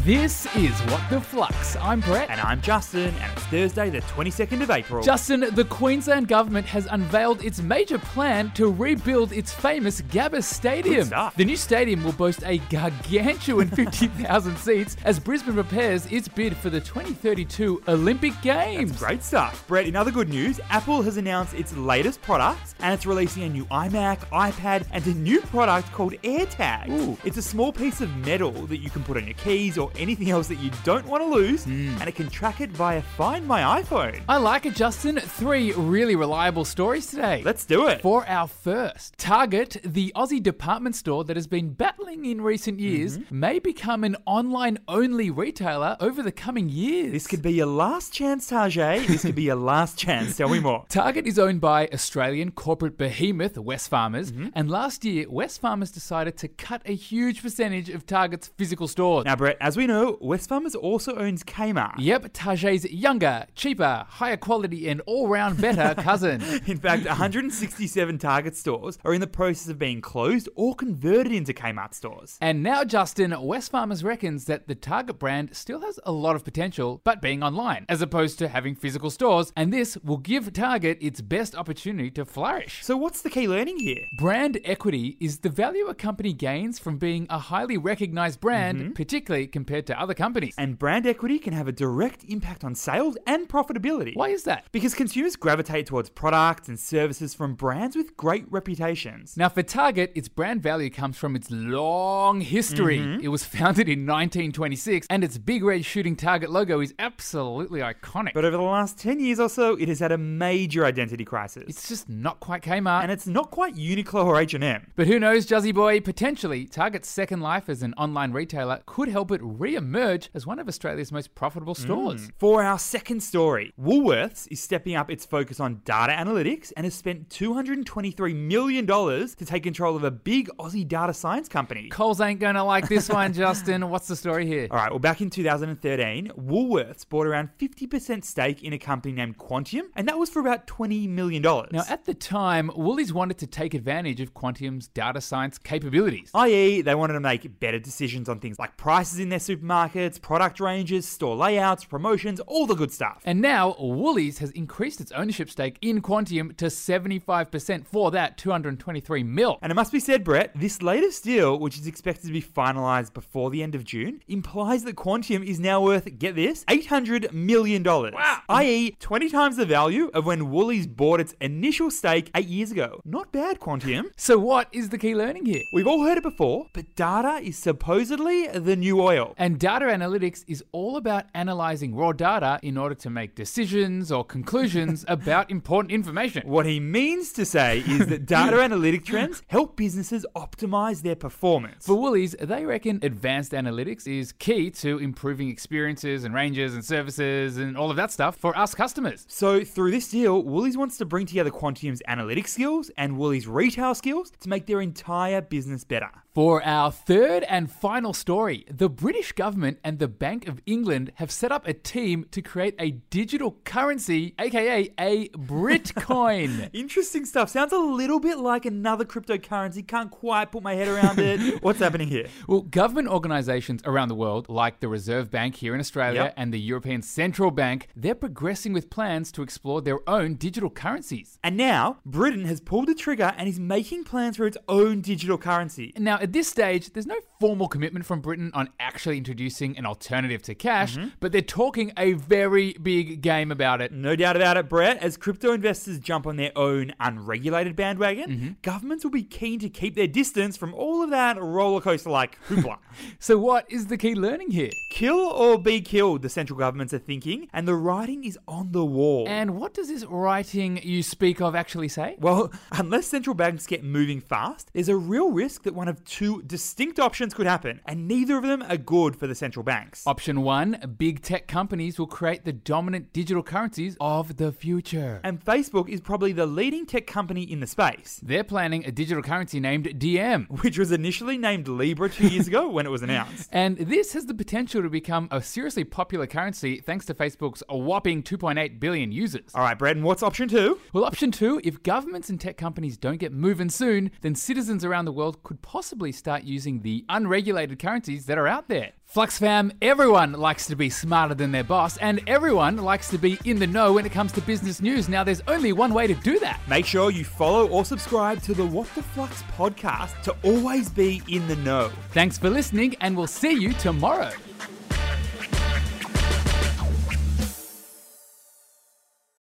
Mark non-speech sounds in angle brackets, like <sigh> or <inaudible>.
This is What the Flux. I'm Brett. And I'm Justin, and it's Thursday, the 22nd of April. Justin, the Queensland government has unveiled its major plan to rebuild its famous Gabba Stadium. stuff. The new stadium will boast a <laughs> gargantuan 50,000 seats as Brisbane prepares its bid for the 2032 Olympic Games. Great stuff. Brett, in other good news, Apple has announced its latest products and it's releasing a new iMac, iPad, and a new product called AirTag. Ooh. It's a small piece of metal that you can put on your keys or anything else that you don't want to lose, and it can track it via Find My iPhone. I like it, Justin. Three really reliable stories today. Let's do it. For our first, Target, the Aussie department store that has been battling in recent years, Mm-hmm. may become an online only retailer over the coming years. This could be your last chance, Tajay. This could be your last chance. Tell me more. Target is owned by Australian corporate behemoth Wesfarmers, and last year Wesfarmers decided to cut a huge percentage of Target's physical stores. Now, Brett, as we know, Westfarmers also owns Kmart. Yep, Target's younger, cheaper, higher quality, and all-round better cousin. In fact, 167 Target stores are in the process of being closed or converted into Kmart stores. And now, Justin, Wesfarmers reckons that the Target brand still has a lot of potential, but being online, as opposed to having physical stores, and this will give Target its best opportunity to flourish. So, what's the key learning here? Brand equity is the value a company gains from being a highly recognized brand, particularly compared to other companies. Mm-hmm. And brand equity can have a direct impact on sales and profitability. Why is that? Because consumers gravitate towards products and services from brands with great reputations. Now, for Target, its brand value comes from its long history. Mm-hmm. It was founded in 1926, and its big red shooting Target logo is absolutely iconic. But uh, over the last 10 years or so, it has had a major identity crisis. it's just not quite Kmart. and it's not quite Uniqlo or H&M. But who knows, Juzzy Boy? Potentially, Target's second life as an online retailer could help it re emerge as one of Australia's most profitable stores. For our second story, Woolworths is stepping up its focus on data analytics and has spent $223 million to take control of a big Aussie data science company. Coles ain't gonna like this one, Justin. What's the story here? All right, well, back in 2013, Woolworths bought around 50% stake in a company named Quantium, and that was for about $20 million. Now, at the time, Woolies wanted to take advantage of Quantium's data science capabilities. i.e., E, they wanted to make better decisions on things like prices in their supermarkets, product ranges, store layouts, promotions, all the good stuff. And now, Woolies has increased its ownership stake in Quantium to 75% for that 223 mil. And it must be said, Brett, this latest deal, which is expected to be finalised before the end of June, implies that Quantium is now worth, get this, $800 million. Wow. I.e., 20 times the value of when Woolies bought its initial stake eight years ago. Not bad, Quantium. So, what is the key learning here? We've all heard it before, but data is supposedly the new oil. And data analytics is all about analyzing raw data in order to make decisions or conclusions about important information. What he means to say is that data analytic trends help businesses optimize their performance. For Woolies, they reckon advanced analytics is key to improving experiences and ranges and services and all of that stuff for us customers. So through this deal, Woolies wants to bring together Quantium's analytic skills and Woolies' retail skills to make their entire business better. For our third and final story, the British government and the Bank of England have set up a team to create a digital currency, aka a <laughs> Britcoin. Interesting stuff. Sounds a little bit like another cryptocurrency. Can't quite put my head around it. What's happening here? Well, government organisations around the world, like the Reserve Bank here in Australia Yep. and the European Central Bank, they're progressing with plans to explore their own digital currencies. And now, Britain has pulled the trigger and is making plans for its own digital currency. Now, at this stage, there's no formal commitment from Britain on actually introducing an alternative to cash, but they're talking a very big game about it. No doubt about it, Brett. As crypto investors jump on their own unregulated bandwagon, governments will be keen to keep their distance from all of that rollercoaster like hoopla. So, what is the key learning here? Kill or be killed, the central governments are thinking, and the writing is on the wall. And what does this writing you speak of actually say? well, <laughs> unless central banks get moving fast, there's a real risk that one of two distinct options could happen, and neither of them are good for the central banks. Option one big tech companies will create the dominant digital currencies of the future. And Facebook is probably the leading tech company in the space, <laughs> They're planning a digital currency named DM. which was initially named Libra two years ago when it <laughs> was announced. And this has the potential to become a seriously popular currency thanks to Facebook's whopping 2.8 billion users. All right, Brad, and what's option two? Well, option two if governments and tech companies don't get moving soon, then citizens around the world could possibly start using the unregulated currencies that are out there. Flux fam, everyone likes to be smarter than their boss, and everyone likes to be in the know when it comes to business news. Now, there's only one way to do that. Make sure you follow or subscribe to the What the Flux podcast to always be in the know. Thanks for listening, and we'll see you tomorrow.